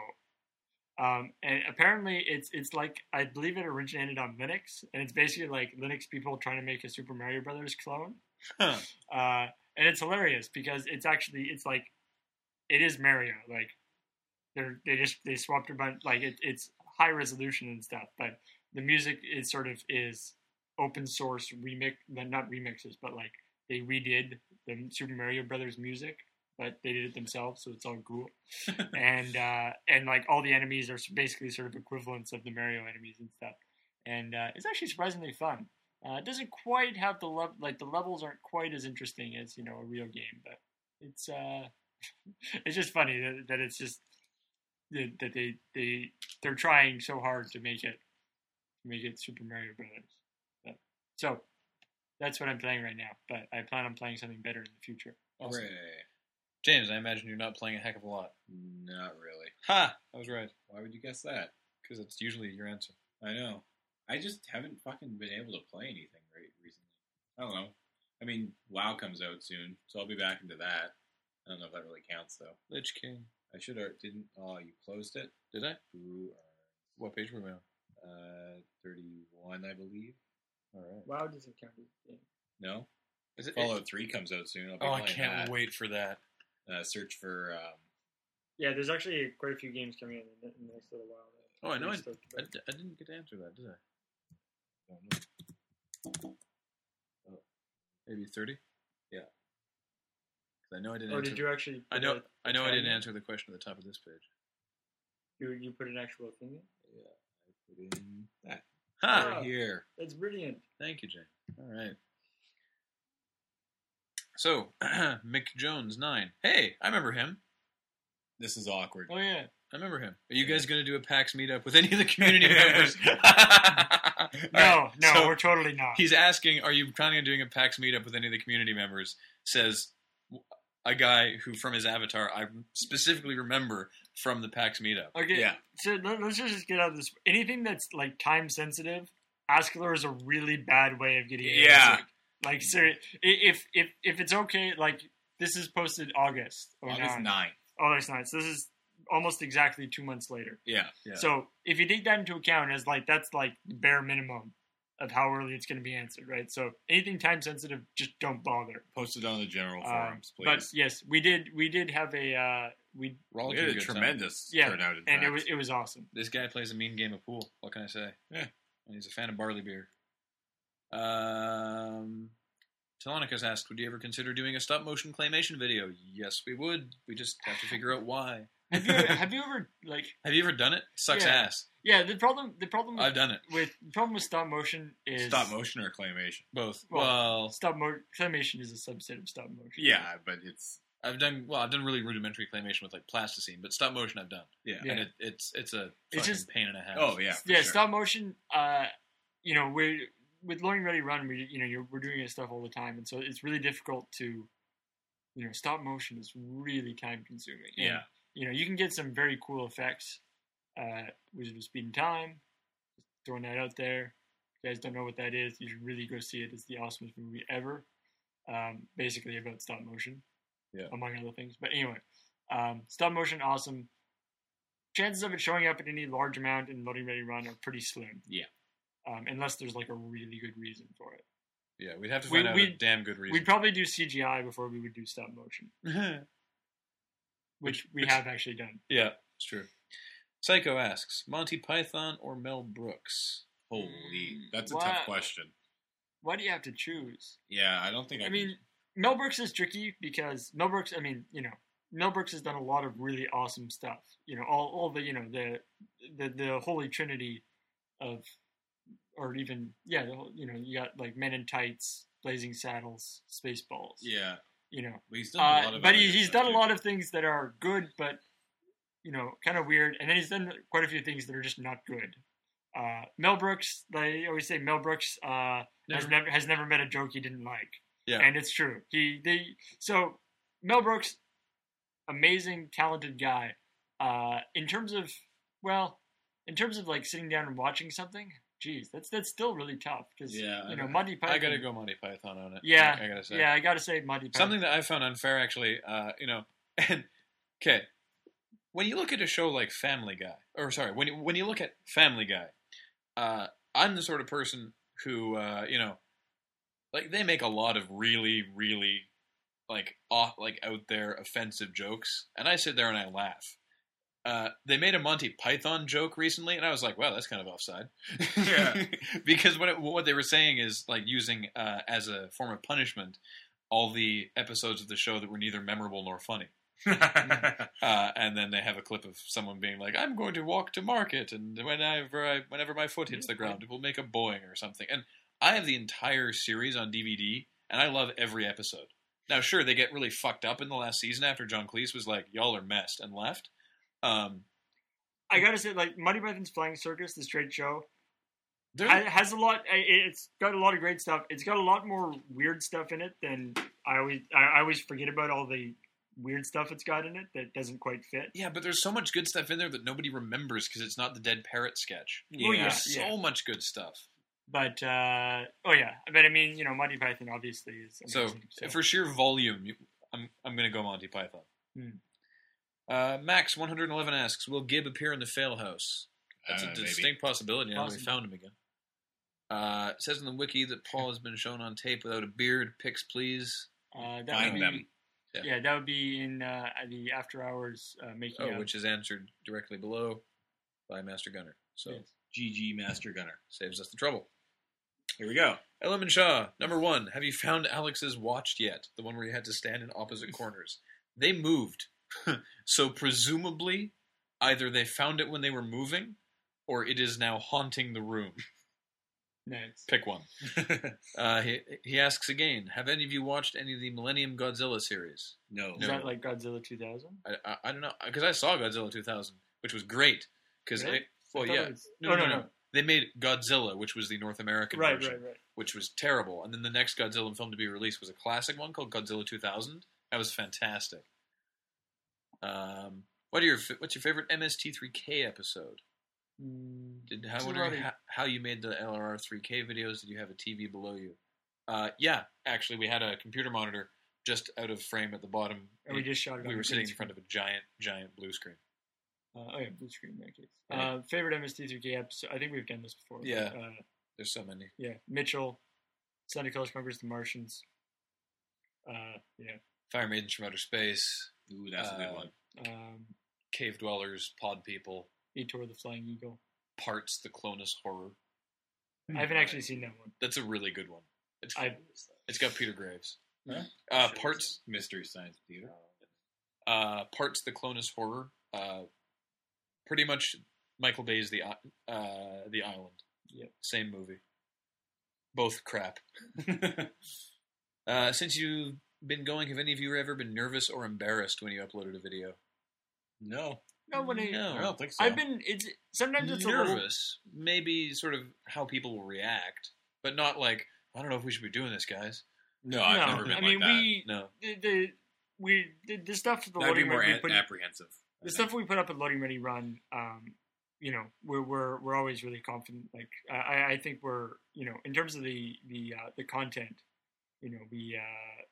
S3: Um, and apparently, it's it's like I believe it originated on Linux, and it's basically like Linux people trying to make a Super Mario Brothers clone.
S1: Huh.
S3: uh, and it's hilarious because it's actually it's like it is Mario. Like they're they just they swapped a bunch like it, it's high resolution and stuff, but the music is sort of is open source remix not remixes, but like they redid the Super Mario Brothers music, but they did it themselves, so it's all cool. and uh, and like all the enemies are basically sort of equivalents of the Mario enemies and stuff. And uh, it's actually surprisingly fun. Uh, it doesn't quite have the level, like the levels aren't quite as interesting as you know a real game, but it's uh, it's just funny that, that it's just that, that they they they're trying so hard to make it to make it Super Mario Brothers. But, so that's what I'm playing right now, but I plan on playing something better in the future.
S1: awesome.
S4: Hooray.
S1: James, I imagine you're not playing a heck of a lot.
S4: Not really.
S1: Ha! I was right
S4: Why would you guess that?
S1: because that's usually your answer.
S4: I know. I just haven't fucking been able to play anything right recently. I don't know. I mean, WoW comes out soon, so I'll be back into that. I don't know if that really counts though.
S1: Lich King.
S4: I should have didn't. Oh, you closed it.
S1: Did I?
S4: You
S1: What page were we on?
S4: are uh, thirty-one, I believe.
S1: All right.
S3: Wow, doesn't count as a game.
S4: No,
S1: Is it,
S4: Fallout Three comes out soon. I'll be
S1: oh, I
S4: playing
S1: can't
S4: that.
S1: wait for that.
S4: Uh, search for. Um,
S3: Yeah, there's actually quite a few games coming in the in the next little while. that
S1: Oh, I know
S3: we're
S1: it-
S3: stoked
S1: I,
S3: about.
S1: d- I didn't get to answer that, did I? I don't know. Oh, maybe thirty. Yeah. 'Cause I know I didn't.
S3: Or
S1: answer
S3: Oh, did you actually?
S1: I
S3: put
S1: know.
S3: a-
S1: I know I didn't
S3: time?
S1: answer the question at the top of this page.
S3: You, you put an actual thing in?
S4: yeah, I put in that.
S1: Ha!
S4: We're here.
S3: That's brilliant.
S1: Thank you, Jay. All right. So, Mick Jones nine. Hey, I remember him.
S4: This is awkward.
S3: Oh yeah.
S1: I remember him. Are you guys going to do a PAX meetup with any of the community members? no,
S3: No, no, we're totally not.
S1: He's asking, are you planning on doing a PAX meetup with any of the community members? Says a guy who, from his avatar, I specifically remember from the PAX meetup.
S3: Okay.
S4: Yeah.
S3: So let, us just get out of this. Anything that's like time sensitive, Ascular is a really bad way of getting. it.
S4: Yeah.
S3: Like serious. If if if it's okay, like this is posted August. or
S4: August 9th.
S3: August 9th. So this is almost exactly two months later.
S4: Yeah. yeah.
S3: So if you take that into account as like that's like the bare minimum of how early it's going to be answered, right? So anything time sensitive, just don't bother.
S4: Post it on the general
S3: Um,
S4: forums,
S3: But
S4: please.
S3: yes, we did we did have a uh, we
S4: we
S1: Rollicking
S4: had a
S1: good time.
S4: tremendous
S3: Yeah,
S4: turnout. In
S3: and it
S4: fact.
S3: was it was awesome.
S1: This guy plays a mean game of pool. What can I say?
S4: Yeah.
S1: And he's a fan of barley beer. Um, Telonicus asks, would you ever consider doing a stop motion claymation video? Yes, we would. We just have to figure out why.
S3: Have you have you ever like
S1: Have you ever done it? Sucks
S3: Yeah.
S1: ass.
S3: yeah the problem the problem
S1: I've
S3: with,
S1: done it.
S3: with the problem with stop motion is
S4: stop motion or claymation.
S1: Both.
S3: Well-
S1: well
S3: Stop mo- claymation is a subset of stop motion.
S4: Yeah, but it's
S1: I've done well. I've done really rudimentary claymation with like plasticine, but stop motion I've done,
S4: yeah.
S3: Yeah.
S1: and it, it's it's a
S3: It's
S1: fucking
S3: just-
S1: pain and a half.
S4: Oh yeah. for
S3: yeah,
S4: sure.
S3: stop motion. Uh, you know, we're with Learning Ready Run. We you know you're, we're doing this stuff all the time, and so it's really difficult to, you know, stop motion is really time consuming. And,
S4: Yeah.
S3: you know, you can get some very cool effects. Uh, Wizard of Speed and Time, throwing that out there. If you guys don't know what that is, you should really go see it. It's the awesomest movie ever. Um, basically about stop motion,
S4: Yeah.
S3: among other things. But anyway, um, stop motion awesome chances of it showing up in any large amount in loading ready run are pretty slim.
S4: Yeah.
S3: Um, unless there's like a really good reason for it.
S1: yeah. We'd have to
S3: We-
S1: find out a
S3: we-
S1: damn good reason.
S3: We'd probably do CGI before we would do stop motion, which we have actually done.
S1: yeah, it's true. Psycho asks Monty Python or Mel Brooks.
S4: Holy, that's a
S3: Wow.
S4: tough question.
S3: Why do you have to choose?
S4: Yeah, I don't think I,
S3: I
S4: can-
S3: mean, Mel Brooks is tricky because Mel Brooks, I mean, you know, Mel Brooks has done a lot of really awesome stuff. You know, all, all the, you know, the, the, the holy trinity of, or even, yeah, the whole, you know, you got like Men in Tights, Blazing Saddles, Spaceballs.
S4: Yeah,
S3: You know,
S4: but he's done a lot
S3: Uh,
S4: of.
S3: but he,
S4: other
S3: he's
S4: stuff,
S3: done a
S4: too.
S3: lot of things that are good, but you know, kind of weird. And then he's done quite a few things that are just not good. Uh, Mel Brooks, they always say Mel Brooks uh,
S1: Never-
S3: has never has never met a joke he didn't like.
S1: Yeah.
S3: and it's true. He they so Mel Brooks, amazing talented guy. Uh, in terms of well, in terms of like sitting down and watching something, geez, that's that's still really tough because
S4: Yeah, I
S3: you know
S4: know.
S3: Monty Python.
S1: I gotta go Monty Python on it.
S3: Yeah,
S1: I, gotta say
S3: Yeah, I gotta say Monty Python.
S1: something that I found unfair actually. Uh, you know, and okay, when you look at a show like Family Guy, or sorry, when you, when you look at Family Guy, uh, I'm the sort of person who uh, you know, like they make a lot of really really like off like out there offensive jokes, and I sit there and I laugh. Uh, they made a Monty Python joke recently, and I was like, "Wow, that's kind of offside."
S4: Yeah.
S1: because what it, what they were saying is like using uh, as a form of punishment all the episodes of the show that were neither memorable nor funny. Uh, and then they have a clip of someone being like, "I'm going to walk to market, and whenever I, whenever my foot hits the ground, it will make a boing or something." And I have the entire series on DVD, and I love every episode. Now, sure, they get really fucked up in the last season after John Cleese was like, "Y'all are messed," and left. Um,
S3: I gotta say, like Monty Python's Flying Circus, the straight show,
S1: they're-
S3: ha- has a lot. i- It's got a lot of great stuff. It's got a lot more weird stuff in it than I always. I I always forget about all the weird stuff it's got in it that doesn't quite fit.
S1: yeah, but there's so much good stuff in there that nobody remembers because it's not the dead parrot sketch.
S4: yeah.
S3: Well, yeah.
S1: There's so much good stuff.
S3: But uh, oh yeah, but I mean, you know, Monty Python obviously is
S1: So,
S3: amazing. So,
S1: for sheer volume, you- I'm I'm going to go Monty Python.
S3: Hmm.
S1: Uh, Max 111 asks, "Will Gib appear in the Fail House?"
S4: I
S1: That's
S4: don't
S1: a
S4: know, Uh, maybe.
S1: distinct possibility. Now that we
S3: Possible.
S1: found him again. Uh, it says in the wiki that Paul has been shown on tape without a beard. Pics, please.
S3: uh, that
S4: Find
S3: would be,
S4: them.
S1: Yeah.
S3: Yeah. that would be in uh, the after hours uh, making.
S1: Oh,
S3: of-
S1: which is answered directly below by Master Gunner. So
S3: Yes.
S4: GG Master Gunner.
S1: saves us the trouble.
S4: Here we go.
S1: Element Shaw, number one. Have you found Alex's watch yet? The one where you had to stand in opposite corners. They moved. so presumably, either they found it when they were moving, or it is now haunting the room.
S3: Nice.
S1: Pick one. uh, he he asks again. Have any of you watched any of the Millennium Godzilla series?
S4: No.
S3: Is
S1: No.
S3: that like Godzilla 2000?
S1: I I, I don't know because I saw Godzilla 2000, which was great because
S3: Really?
S1: it. Well,
S3: I thought it
S1: yeah.
S3: was-
S1: No,
S3: oh,
S1: no, no. They made Godzilla, which was the North American
S3: Right,
S1: version,
S3: right, right.
S1: which was terrible. And then the next Godzilla film to be released was a classic one called Godzilla 2000. That was fantastic. Um, what are your fa- what's your favorite MST3K episode?
S3: Mm,
S1: Did
S3: It's
S1: how
S3: a
S1: wondering
S3: lot of-
S1: how, how you made the LRR3K videos? Did you have a TV below you? Uh, yeah, actually, we had a computer monitor just out of frame at the bottom.
S3: and we just shot it.
S1: we were sitting in front of a giant, giant blue screen.
S3: Uh, oh yeah, blue screen in that case.
S1: Yeah.
S3: Uh, favorite MST3K episode? I think we've done this before. but,
S1: Yeah.
S3: Uh,
S1: There's so many.
S3: yeah. Mitchell, Santa Claus Conquers the Martians. Uh, yeah.
S1: Fire maidens from outer space,
S4: Ooh, that's a
S1: Uh,
S4: good one.
S3: Um,
S1: cave dwellers, pod people,
S3: Etor the Flying Eagle.
S1: parts the Clonus horror.
S3: I haven't actually seen that one.
S1: That's a really good one. It's
S3: I-
S1: it's got Peter Graves.
S4: Huh?
S1: Uh, parts
S4: Mystery Science Theater.
S1: uh, parts the Clonus horror. Uh, pretty much Michael Bay's the I- uh, the island.
S3: Yep.
S1: Same movie. Both crap. uh, since you've been going, have any of you ever been nervous or embarrassed when you uploaded a video?
S4: No.
S3: No one.
S1: No.
S4: I don't think so.
S3: I've been. It's sometimes it's a little.
S1: nervous, maybe sort of how people will react, but not like I don't know if we should be doing this, guys.
S4: No, I've
S3: no,
S4: never been
S3: I
S4: like
S3: mean
S4: that.
S3: we
S1: No,
S3: the, the we the, the stuff the
S4: That'd be
S3: loading
S4: more
S3: ready we
S4: a-
S3: put
S4: apprehensive. I
S3: the
S4: think.
S3: stuff we put up at loading ready run. Um, you know, we're we're we're always really confident. Like I I- I think we're you know in terms of the the uh, the content, you know we uh,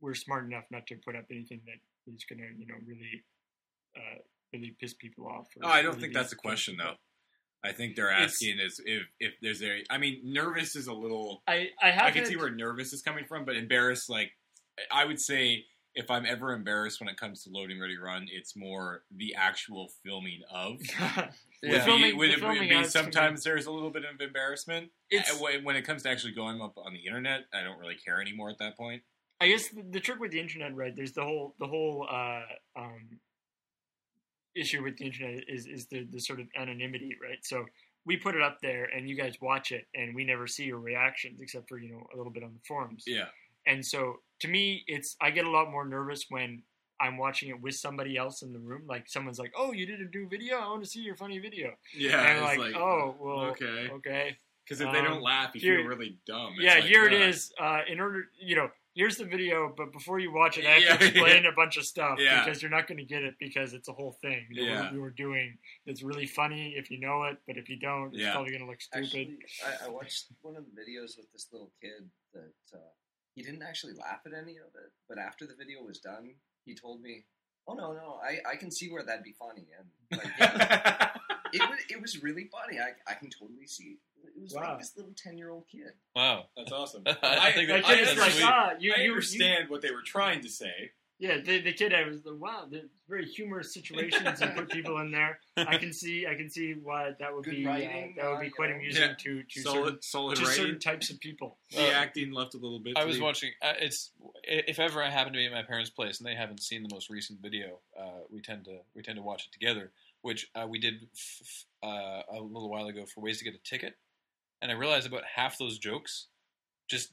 S3: we're smart enough not to put up anything that is going to you know really uh, really piss people off. or
S4: Oh, I don't
S3: really
S4: think
S3: be
S4: that's a question though.
S3: uncomfortable.
S4: I think they're
S2: It's-
S4: asking is if if there's a. I mean, nervous is a little.
S3: I I have
S4: I can
S3: had-
S4: see where nervous is coming from, but embarrassed, like I would say, if I'm ever embarrassed when it comes to loading ready run, it's more the actual filming of.
S3: The
S4: Would
S1: yeah,
S4: be-
S3: filming-
S4: would
S3: the
S4: it would
S3: filming
S4: be
S3: has to be-
S4: sometimes there's a little bit of embarrassment.
S3: it's
S4: Uh, when when it comes to actually going up on the internet, I don't really care anymore at that point.
S3: I guess the, the trick with the internet, right? There's the whole the whole uh, um, issue with the internet is is the the sort of anonymity, right? So we put it up there, and you guys watch it, and we never see your reactions except for you know a little bit on the forums.
S4: Yeah,
S3: And so to me, it's I get a lot more nervous when I'm watching it with somebody else in the room. Like someone's like, "Oh, you did a new video. I want to see your funny video."
S4: yeah.
S3: and I'm like, "Oh, well, okay."
S4: okay, because if they
S3: um,
S4: don't laugh, you
S3: here-
S4: feel really dumb. It's
S3: yeah,
S4: like,
S3: here it
S4: uh,
S3: is. Uh, in order, you know, here's the video, but before you watch it, I have
S4: Yeah,
S3: to explain a bunch of stuff
S4: Yeah.
S3: because you're not going to get it because it's a whole thing that
S4: Yeah.
S3: we, we were doing. It's really funny if you know it, but if you don't, it's
S4: Yeah.
S3: probably going to look stupid.
S5: Actually, I, I watched one of the videos with this little kid that uh, he didn't actually laugh at any of it, but after the video was done, he told me, "Oh no, no, I, I can see where that'd be funny." And like, yeah, it was it was really funny. I, I can totally see. It, it was
S3: Wow.
S5: like this little ten year old kid.
S1: wow.
S2: That's awesome.
S1: I think
S3: the
S1: that-
S3: kid
S1: I
S3: is like,
S1: actually-
S3: ah, you,
S2: I
S3: you
S2: understand what they were trying to say.
S3: you- yeah, the, the kid, I was like, wow, the very humorous situations and put people in there. I can see, I can see why that would
S5: Good
S3: be,
S5: writing,
S3: uh, that would
S5: uh,
S3: be
S5: you
S3: quite
S5: know.
S3: amusing
S4: Yeah.
S3: to to certain,
S4: solid, solid
S3: to certain
S4: writing.
S3: types of people.
S1: Uh,
S4: the acting left a little bit.
S1: I
S4: to
S1: was
S4: be-
S1: watching. Uh, it's if ever I happen to be at my parents' place and they haven't seen the most recent video, uh, we tend to we tend to watch it together, which uh, we did f- f- uh, a little while ago for ways to get a ticket, and I realized about half those jokes just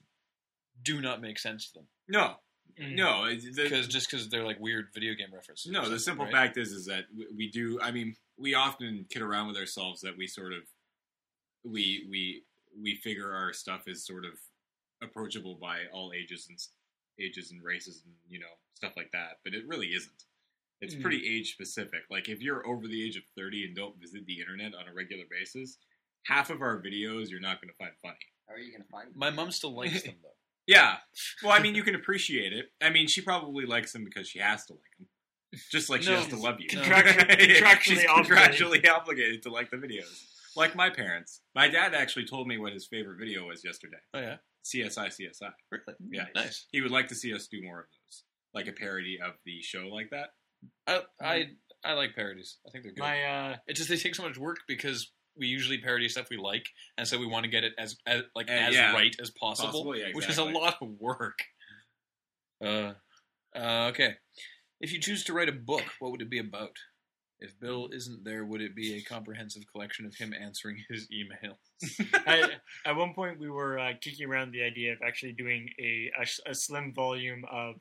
S1: do not make sense to them
S4: No,
S1: Hmm.
S4: no, it's- the-
S1: because just because they're like weird video game references. or
S4: No, the
S1: something,
S4: simple
S1: right?
S4: fact is is that we, we do. I mean, we often kid around with ourselves that we sort of we we we figure our stuff is sort of approachable by all ages and s- ages and races and you know stuff like that, but it really isn't. It's
S3: Mm.
S4: pretty age specific. Like if you're over the age of thirty and don't visit the internet on a regular basis, half of our videos you're not going to find funny.
S5: How are you gonna find?
S1: My mom still likes them though.
S4: Yeah. Well, I mean, you can appreciate it. I mean, she probably likes him because she has to like him, just like she
S1: No.
S4: has to love you.
S3: Contractually- contractually
S4: She's
S3: obligated.
S4: contractually obligated to like the videos, like my parents. My dad actually told me what his favorite video was yesterday.
S1: Oh yeah,
S4: CSI, CSI.
S1: really?
S4: Yeah,
S1: Nice.
S4: he would like to see us do more of those, like a parody of the show, like that.
S1: I I I like parodies. I think they're good.
S3: My uh,
S1: It's just they take so much work because we usually parody stuff we like, and so we want to get it as, as like
S4: Uh,
S1: as
S4: yeah.
S1: right as possible,
S4: Possible, yeah,
S1: which is a
S4: exactly.
S1: lot of work. Uh, uh, okay. If you choose to write a book, what would it be about? If Bill isn't there, would it be a comprehensive collection of him answering his email?
S3: I, at one point, we were uh, kicking around the idea of actually doing a, a, s- a slim volume of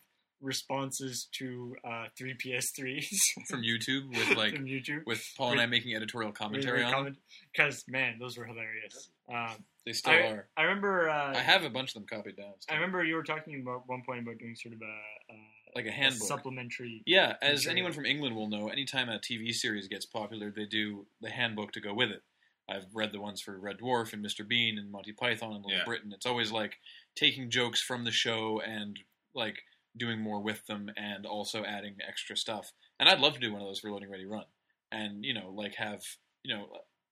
S3: responses to uh, three PS3s
S1: from YouTube with like
S3: from YouTube.
S1: with Paul and I making editorial commentary on them.
S3: Because, man, those were hilarious. Um,
S1: They still are.
S3: I remember. Uh,
S1: I have a bunch of them copied down.
S3: I
S1: still.
S3: remember you were talking about one point about doing sort of a, a,
S1: like a
S3: a
S1: handbook.
S3: supplementary.
S1: yeah, as
S3: material.
S1: anyone from England will know, anytime a TV series gets popular, they do the handbook to go with it. I've read the ones for Red Dwarf and Mr. Bean and Monty Python and Little
S4: Yeah.
S1: Britain. It's always like taking jokes from the show and like doing more with them and also adding extra stuff. And I'd love to do one of those for Loading Ready Run. And, you know, like have, you know,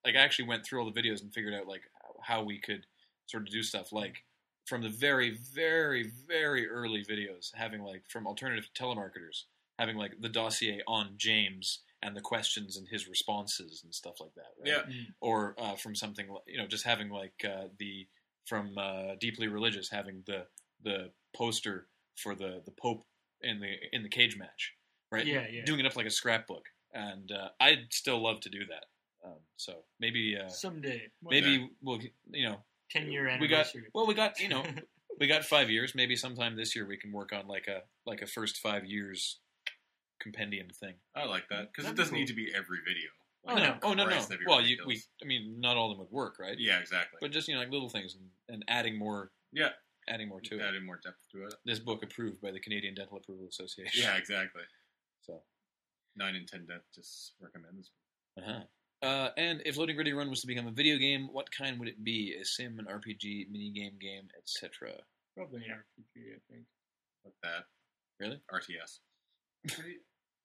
S1: like I actually went through all the videos and figured out like how we could sort of do stuff like from the very, very, very early videos, having like from alternative telemarketers, having like the dossier on James and the questions and his responses and stuff like that. Right?
S4: Yeah.
S3: Mm.
S1: Or uh, from something like, you know, just having like uh, the from uh, deeply religious, having the the poster for the the Pope in the in the cage match, right?
S3: Yeah, yeah.
S1: Doing it up like a scrapbook, and uh, I'd still love to do that. Um, so maybe uh,
S3: Someday.
S1: maybe we'll you know
S3: 10 year
S1: we got
S3: anniversary.
S1: well we got you know we got five years maybe sometime this year we can work on like a like a first five years compendium thing
S4: I like that because
S3: That'd be
S4: it doesn't
S3: cool.
S4: need to be every video.
S1: oh no oh no no
S4: Christ, that'd be
S1: well you, we
S4: ridiculous.
S1: i mean not all of them would work right
S4: yeah, exactly.
S1: but just you know like little things and, and adding more
S4: Yeah.
S1: adding more to it
S4: adding more depth to it.
S1: this book approved by the canadian dental approval association
S4: Yeah, exactly.
S1: so
S4: Nine and ten dentists recommend this.
S1: uh-huh uh, and if Loading Ready Run was to become a video game, what kind would it be? A sim, an RPG, minigame game, etc.
S3: Probably an RPG, I think.
S4: Like that
S1: Really?
S4: RTS.
S5: Pretty-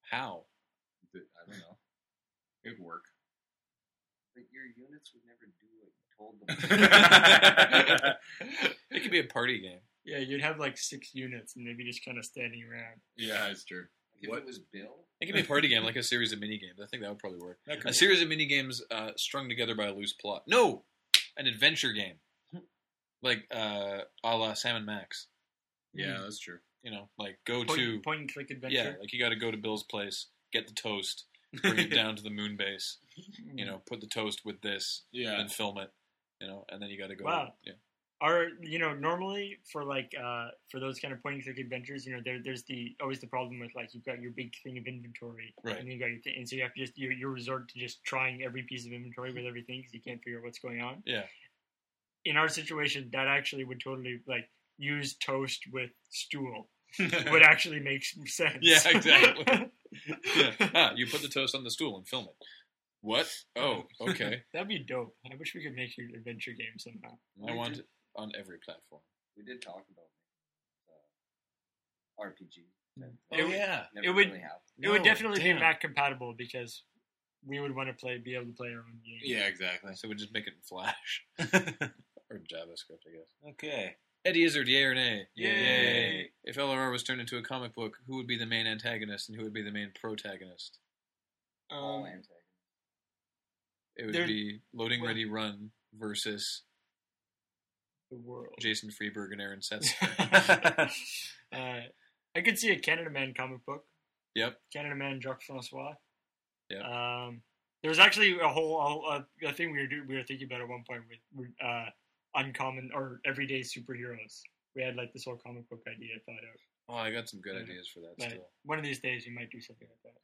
S1: How?
S4: I don't know. It'd work.
S5: But your units would never do what you told them.
S4: yeah,
S1: It could be a party game.
S3: Yeah, you'd have like six units and they'd be just kind of standing around.
S4: it's true.
S5: if
S4: What?
S5: it was Bill,
S1: It could be a party game, like a series of mini games. I think that would probably work.
S4: That could
S1: A
S4: work.
S1: series of mini games uh, strung together by a loose plot. No, an adventure game, like uh, a la Sam and Max.
S4: Yeah, that's true.
S1: You know, like go
S3: Point,
S1: to
S3: point and click
S1: yeah,
S3: adventure.
S1: like you got to go to Bill's place, get the toast, bring it down to the moon base.
S3: Mm.
S1: You know, put the toast with this,
S4: Yeah,
S1: and film it. You know, and then you got to go.
S3: Wow.
S1: Yeah.
S3: Are you know normally for like uh for those kind of point and click adventures, you know, there there's the always the problem with like you've got your big thing of inventory,
S1: Right.
S3: And then you got your thing, and so you have to just you you resort to just trying every piece of inventory with everything because you can't figure out what's going on.
S1: Yeah.
S3: In our situation, that actually would totally like use toast with stool would actually make some sense.
S1: Yeah, exactly. Yeah. Ah, you put the toast on the stool and film it. What? Oh, okay.
S3: That'd be dope. I wish we could make an adventure game somehow.
S1: I want it on every platform.
S5: we did talk about uh, RPG.
S3: Mm.
S1: Oh
S3: It-
S1: yeah.
S5: Never
S3: it would-
S5: really happened.
S3: it would
S1: No,
S3: definitely
S1: damn.
S3: be Mac compatible because we would want to play, be able to play our own game.
S4: yeah, exactly.
S1: So we just make it in Flash or JavaScript, I guess.
S4: Okay.
S1: Eddie Izzard, yay or nay?
S4: Yay.
S1: If LRR was turned into a comic book, who would be the main antagonist and who would be the main protagonist?
S5: All
S3: Um,
S5: antagonist.
S1: It would
S3: There-
S1: be Loading
S3: well-
S1: Ready Run versus
S3: the world.
S1: Jason Freeberg and Aaron Setz.
S3: uh, I could see a Canada Man comic book.
S1: Yep.
S3: Canada Man Jacques Francois.
S1: Yep.
S3: Um, there was actually a whole a, a- a thing we were do, we were thinking about at one point with uh, uncommon or everyday superheroes. We had like this whole comic book idea thought out.
S1: oh, I got some good
S3: Yeah.
S1: ideas for that
S3: Right.
S1: still.
S3: One of these days, we might do something like that.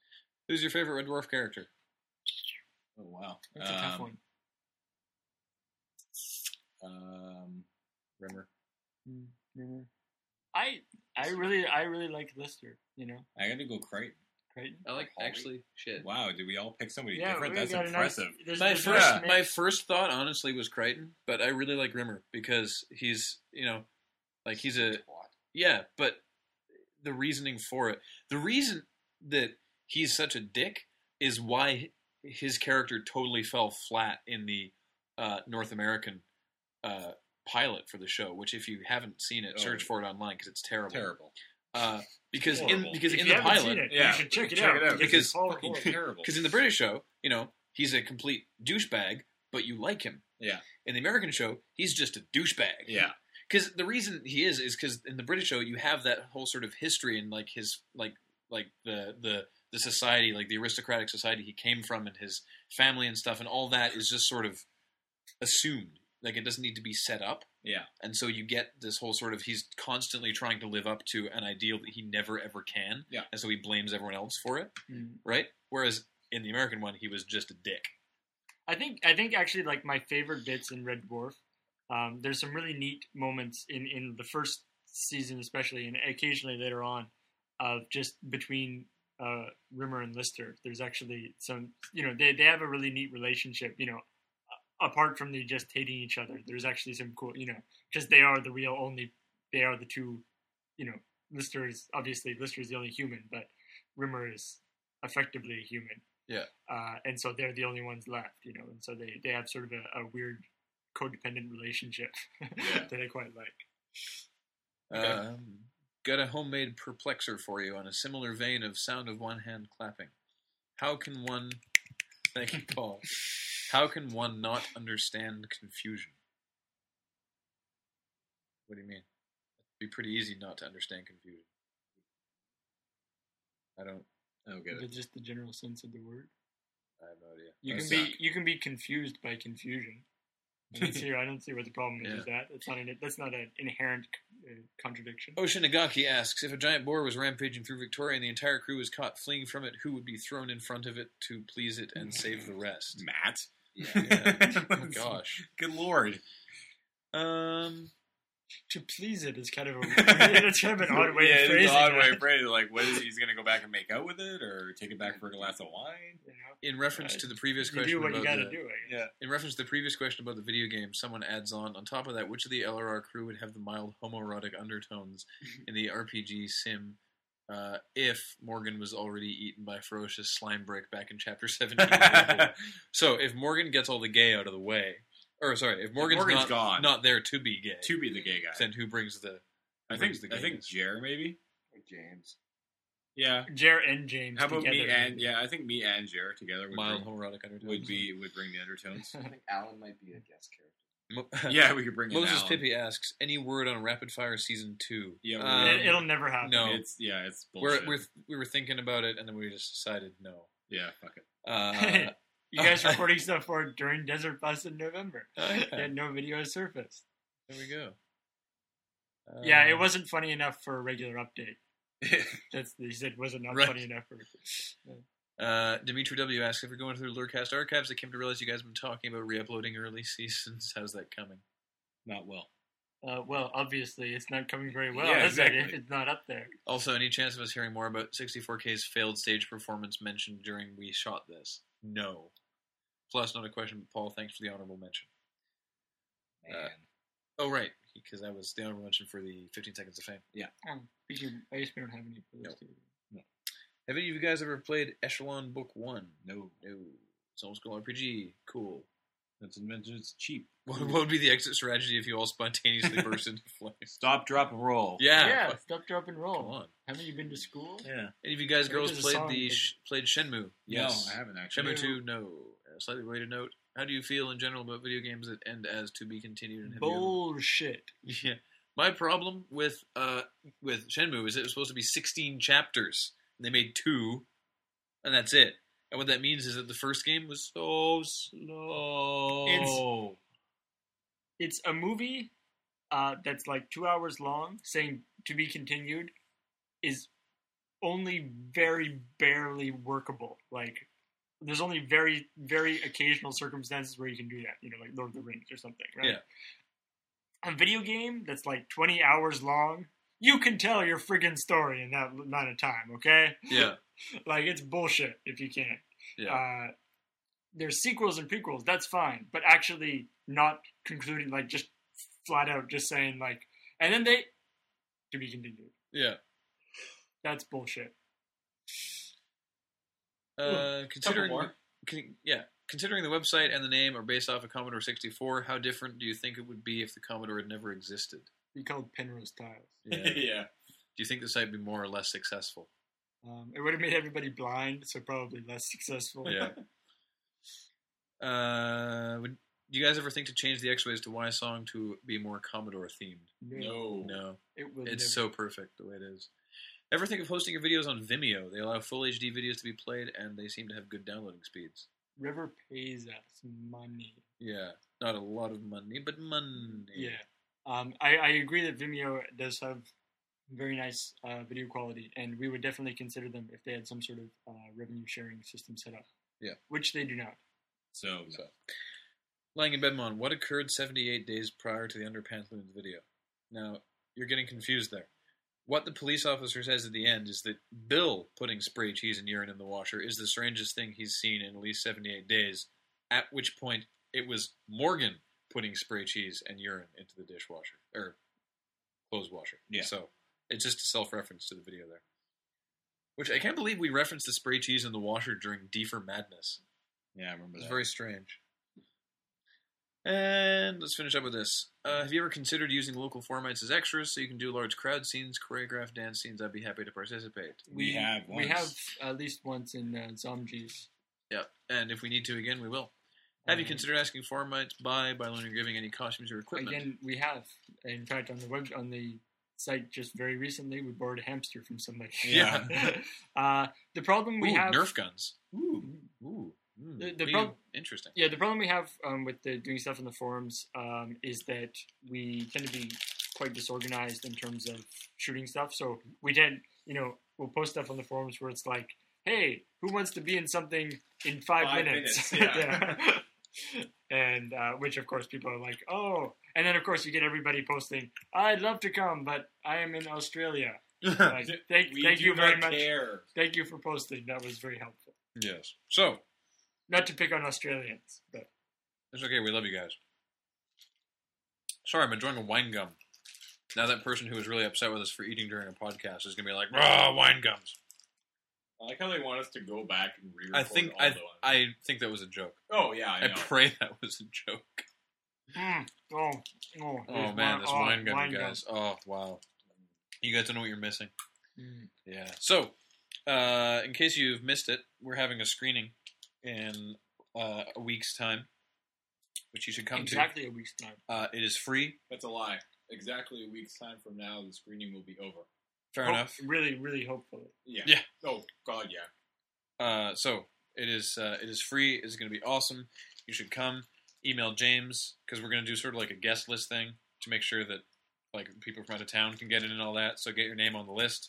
S1: Who's your favorite Red Dwarf character?
S4: Oh, wow.
S3: That's a tough
S4: Um,
S3: one.
S4: Um,
S1: Rimmer.
S3: Mm-hmm. I I really I really like Lister. You know,
S4: I got to go Crichton.
S3: Crichton.
S1: I like
S4: Holly.
S1: actually shit.
S4: Wow, did we all pick somebody different?
S3: we
S4: That's
S3: got a nice-
S4: impressive.
S3: there's-
S1: My
S3: there's
S1: first,
S3: nice
S1: my
S3: mix.
S1: first thought honestly was Crichton, but I really like Rimmer because he's, you know, like he's a
S5: Twat.
S1: Yeah, but the reasoning for it, the reason that he's such a dick is why his character totally fell flat in the uh, North American uh, pilot for the show. Which, if you haven't seen it,
S4: Oh.
S1: search for it online because it's terrible.
S4: Terrible.
S1: Uh, because in
S4: Horrible.
S1: because
S3: If
S1: in
S3: you
S1: the
S3: haven't
S1: pilot,
S3: seen it,
S4: Yeah,
S3: you should check it
S4: check
S3: out.
S4: it out,
S1: because
S3: it's all
S1: fucking
S3: horrible.
S4: Terrible.
S1: because in the British show, you know, he's a complete douchebag, but you like him.
S4: Yeah.
S1: In the American show, he's just a douchebag.
S4: Yeah.
S1: Because the reason he is is because in the British show you have that whole sort of history and like his like like the the the society, like the aristocratic society he came from and his family and stuff, and all that is just sort of assumed. Like it doesn't need to be set up.
S4: Yeah.
S1: And so you get this whole sort of he's constantly trying to live up to an ideal that he never ever can.
S4: Yeah.
S1: And so he blames everyone else for it,
S3: Mm.
S1: right? Whereas in the American one, he was just a dick.
S3: I think I think actually like my favorite bits in Red Dwarf. Um, there's some really neat moments in in the first season, especially, and occasionally later on, of just between uh, Rimmer and Lister. There's actually some, you know, they they have a really neat relationship. You know, a- apart from the just hating each other, there's actually some cool, you know, because they are the real only, they are the two, you know, Lister is obviously Lister is the only human, but Rimmer is effectively a human uh, and so they're the only ones left, you know, and so they, they have sort of a, a weird codependent relationship that I quite like.
S1: Um, got a homemade perplexer for you on a similar vein of sound of one hand clapping. How can one? Thank you, Paul. How can one not understand confusion? What do you mean? It'd be pretty easy not to understand confusion. I don't.
S4: I don't get it.
S3: But just the general sense of the word.
S1: I have no idea.
S3: You
S4: I
S3: can be
S4: suck.
S3: you can be confused by confusion. I don't see, I don't see what the problem is with that. That's not an that's not an inherent uh, contradiction.
S1: Oh, Oshinagaki asks if a giant boar was rampaging through Victoria and the entire crew was caught fleeing from it, who would be thrown in front of it to please it and save the rest?
S4: Matt.
S5: Yeah.
S1: Oh gosh.
S4: Good lord.
S1: Um.
S3: To please it is kind of a it's kind of an odd way
S4: yeah,
S3: of
S4: it's an
S3: phrasing
S4: odd
S3: that,
S4: way of phrasing. it. Like, what is he's gonna go back and make out with it, or take it back for a glass of wine?
S3: You, know?
S1: in reference to the previous
S3: you
S1: question
S3: do what you
S1: about
S3: got to
S1: the,
S3: do. I guess.
S1: in reference to the previous question about the video game, someone adds on on top of that, which of the LRR crew would have the mild homoerotic undertones in the RPG sim? Uh, if Morgan was already eaten by ferocious slime brick back in chapter 17. so if Morgan gets all the gay out of the way, or sorry, if Morgan's,
S4: Morgan's
S1: not,
S4: gone.
S1: not there to be gay,
S4: to be the gay guy.
S1: then who brings the. who
S4: I think.
S1: brings the
S4: I think
S1: gayness?
S4: Jer maybe.
S5: Or James.
S4: Yeah.
S3: Jer and James.
S4: How about
S3: together.
S4: me and yeah? I think me and Jer together would
S1: mild
S4: bring,
S1: homoerotic undertones?
S4: would be would bring the undertones.
S5: I think Alan might be a guest character.
S1: Mo-
S4: yeah, we could bring in
S1: Moses
S4: Alan.
S1: Pippi asks, any word on Rapid Fire Season 2?
S4: Yeah, we're-
S1: Um,
S3: It, will never happen.
S1: no.
S4: It's yeah, it's
S1: we're,
S4: bullshit.
S1: we're we were thinking about it and then we just decided no.
S4: yeah, fuck it.
S1: Uh,
S3: You guys recording stuff for it during Desert Bus in November.
S1: okay,
S3: And no video surfaced.
S1: there we go. Uh,
S3: yeah, it wasn't funny enough for a regular update. That's he said wasn't not
S1: Right.
S3: funny enough for
S1: Uh, Dimitri W asks if you're going through Lurecast archives. I came to realize you guys have been talking about re-uploading early seasons. How's that coming?
S4: Not well.
S3: uh, well, obviously it's not coming very well,
S4: Yeah,
S3: is it,
S4: exactly.
S3: if it's not up there.
S1: Also, any chance of us hearing more about 64K's failed stage performance mentioned during we shot this? No. Plus, not a question, but Paul, thanks for the honorable mention.
S4: Man.
S1: Oh, right, because that was the honorable mention for the 15 seconds of fame.
S3: Um, speaking- I guess we don't have any for those two.
S1: Have any of you guys ever played Echelon Book 1?
S4: no,
S1: No. It's old school RPG. Cool.
S4: that's invented. It's cheap.
S1: What, what would be the exit strategy if you all spontaneously burst into flames?
S4: Stop, drop, and roll.
S1: Yeah.
S3: yeah,
S1: fuck,
S3: stop, drop, and
S1: Come
S3: roll.
S1: on.
S3: Haven't you been to school?
S4: yeah.
S1: Any of you guys,
S3: I think
S1: girls,
S3: there's Oh. a
S1: played
S3: song
S1: the
S3: that-
S1: sh- played Shenmue? Yes.
S4: No, I haven't actually.
S1: Shenmue 2, no. A slightly related note. How do you feel in general about video games that end as to be continued? And have you
S3: Bullshit.
S1: Yeah. My problem with uh with Shenmue is it was supposed to be 16 chapters. And they made two, and that's it. And what that means is that the first game was so slow.
S3: It's- It's a movie uh, that's like two hours long, saying to be continued, is only very barely workable. Like there's only very very occasional circumstances where you can do that. You know, like Lord of the Rings or something, right? A video game that's like 20 hours long, you can tell your friggin' story in that amount of time. Okay,
S1: yeah.
S3: like it's bullshit if you can't.
S1: Yeah.
S3: Uh, there's sequels and prequels. That's fine, but actually not concluding like just flat out just saying like, and then they to be continued.
S1: Yeah.
S3: That's bullshit.
S1: Uh, considering
S2: more.
S1: con- yeah, considering the website and the name are based off a Commodore 64, how different do you think it would be if the Commodore had never existed?
S3: We called Penrose Tiles.
S1: do
S2: yeah.
S1: you think the site would be more or less successful?
S3: Um, it would have made everybody blind, so probably less successful.
S1: Uh, would do you guys ever think to change the X Ways to Y song to be more Commodore themed?
S3: no,
S2: No.
S1: No,
S3: it will.
S1: it's so
S3: never.
S1: perfect the way it is. Ever think of hosting your videos on Vimeo? They allow full HD videos to be played, and they seem to have good downloading speeds.
S3: River pays us money.
S1: Yeah, not a lot of money, but money.
S3: Yeah. Um, I, I agree that Vimeo does have very nice uh, video quality, and we would definitely consider them if they had some sort of uh, revenue sharing system set up.
S1: Yeah.
S3: Which they do not.
S4: So,
S1: So, lying in Bedmon, what occurred 78 days prior to the Underpants Limited video? Now, you're getting confused there. What the police officer says at the end is that Bill putting spray cheese and urine in the washer is the strangest thing he's seen in at least 78 days, at which point it was Morgan putting spray cheese and urine into the dishwasher, or clothes washer.
S4: Yeah.
S1: So, it's just a self reference to the video there. Which I can't believe we referenced the spray cheese in the washer during D for Madness.
S4: yeah, I remember
S1: It's
S4: that.
S1: very strange. And let's finish up with this. Uh, have you ever considered using local formats as extras so you can do large crowd scenes, choreographed dance scenes? I'd be happy to participate.
S4: We have
S3: We have
S4: once.
S3: at least once in uh, Zombies.
S1: Yep. And if we need to again, we will. Have you
S3: Um,
S1: considered asking formats by by loan or giving any costumes or equipment?
S3: Again, we have. In fact, on the web on the site just very recently, we borrowed a hamster from somebody.
S4: Yeah.
S3: uh, the problem we
S1: Ooh,
S3: have.
S1: Nerf guns.
S4: Ooh,
S1: Ooh. Mm.
S3: The- the
S1: Ooh,
S3: prob-
S1: interesting.
S3: Yeah, the problem we have um, with the doing stuff in the forums um, is that we tend to be quite disorganized in terms of shooting stuff. So we tend, you know, we'll post stuff on the forums where it's like, "Hey, who wants to be in something in five,
S2: Five
S3: minutes?"
S2: minutes, yeah.
S3: Yeah. and uh, which, of course, people are like, "Oh," and then of course you get everybody posting, "I'd love to come, but I am in Australia." Like, thank,
S2: we
S3: thank
S2: do
S3: you very
S2: not
S3: much.
S2: care.
S3: Thank you for posting. That was very helpful.
S1: yes. So
S3: Not to pick on Australians, but
S1: It's okay. We love you guys. Sorry, I'm enjoying a wine gum. Now that person who was really upset with us for eating during a podcast is gonna be like, "Ah, wine gums."
S2: I like how they want us to go back and re-record
S1: I think
S2: all
S1: I
S2: the ones.
S1: I think that was a joke.
S2: Oh yeah, I
S1: I
S2: know.
S1: pray that was a joke.
S3: Mm, oh, oh,
S1: Oh man,
S3: there's wine-
S1: this
S3: oh,
S1: wine gum,
S3: wine
S1: you guys. Oh wow, you guys don't know what you're missing.
S3: Mm.
S1: Yeah. So, uh, in case you've missed it, we're having a screening in uh, a week's time, which you should come
S3: Exactly a week's time.
S1: to. Uh, it is free.
S2: That's a lie. Exactly a week's time from now, the screening will be over.
S1: Fair
S3: Hope-
S1: enough.
S3: Really, really hopefully.
S2: Yeah.
S1: Yeah.
S2: Oh God, yeah.
S1: Uh, so it is uh, it is free. It's going to be awesome. You should come. Email James because we're going to do sort of like a guest list thing to make sure that like people from out of town can get in and all that. So get your name on the list.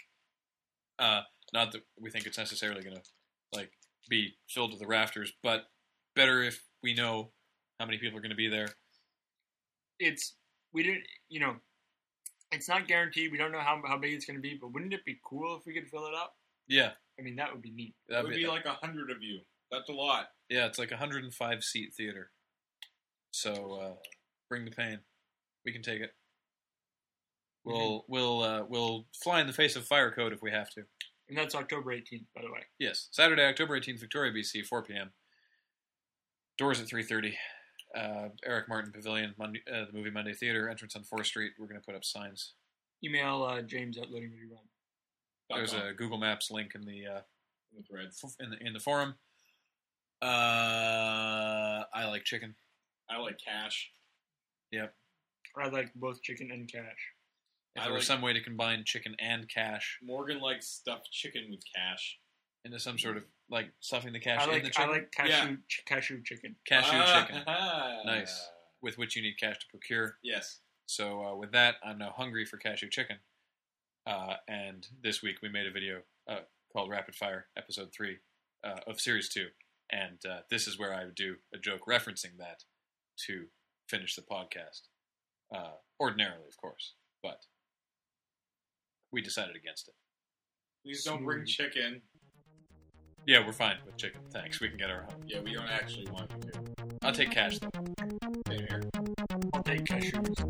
S1: Uh, not that we think it's necessarily going to like be filled to the rafters, but better if we know how many people are going to be there.
S3: It's we didn't, you know, it's not guaranteed. We don't know how how big it's going to be, but wouldn't it be cool if we could fill it up?
S1: Yeah,
S3: I mean, that would be neat.
S2: It
S1: that'd
S2: would
S1: be,
S2: be like a hundred of you. That's a lot.
S1: yeah. It's like a 105 seat theater. So uh, bring the pain. We can take it. We'll
S2: Mm-hmm.
S1: we'll uh, we'll fly in the face of fire code if we have to.
S3: And that's October 18th, by the way.
S1: Yes, Saturday, October 18th, Victoria, BC, 4 p.m. Doors at 3:30. Uh, Eric Martin Pavilion, Monday, uh, the movie Monday Theater, entrance on Fourth Street. We're going to put up signs.
S3: Email uh, James at Loading Rerun.
S1: There's
S2: Dot com.
S1: a Google Maps link in the uh,
S2: The threads.
S1: f- in the in the forum. Uh, I like chicken.
S2: I like cash.
S3: I like both chicken and cash.
S1: If
S2: I
S1: there was
S2: like-
S1: some way to combine chicken and cash
S2: Morgan likes stuffed chicken with cash.
S1: into some sort of like stuffing the cash
S3: I
S1: in the
S3: like
S1: chicken,
S3: I like uh, cashew ch- cashew chicken.
S1: cashew
S2: Ah,
S1: chicken,
S2: ha-ha.
S1: Nice. with which you need cash to procure.
S2: Yes.
S1: So uh, with that, I'm now hungry for cashew chicken. Uh, and this week we made a video uh, called Rapid Fire, Episode Three uh, of Series Two, and uh, this is where I would do a joke referencing that to finish the podcast. Uh, ordinarily, of course, but we decided against it.
S2: Please don't bring
S3: Smooth.
S2: chicken.
S1: Yeah, we're fine with chicken. Thanks, we can get our own.
S2: Yeah, we don't actually want you to.
S1: I'll take cash though.
S2: Same here.
S3: I'll take cashews.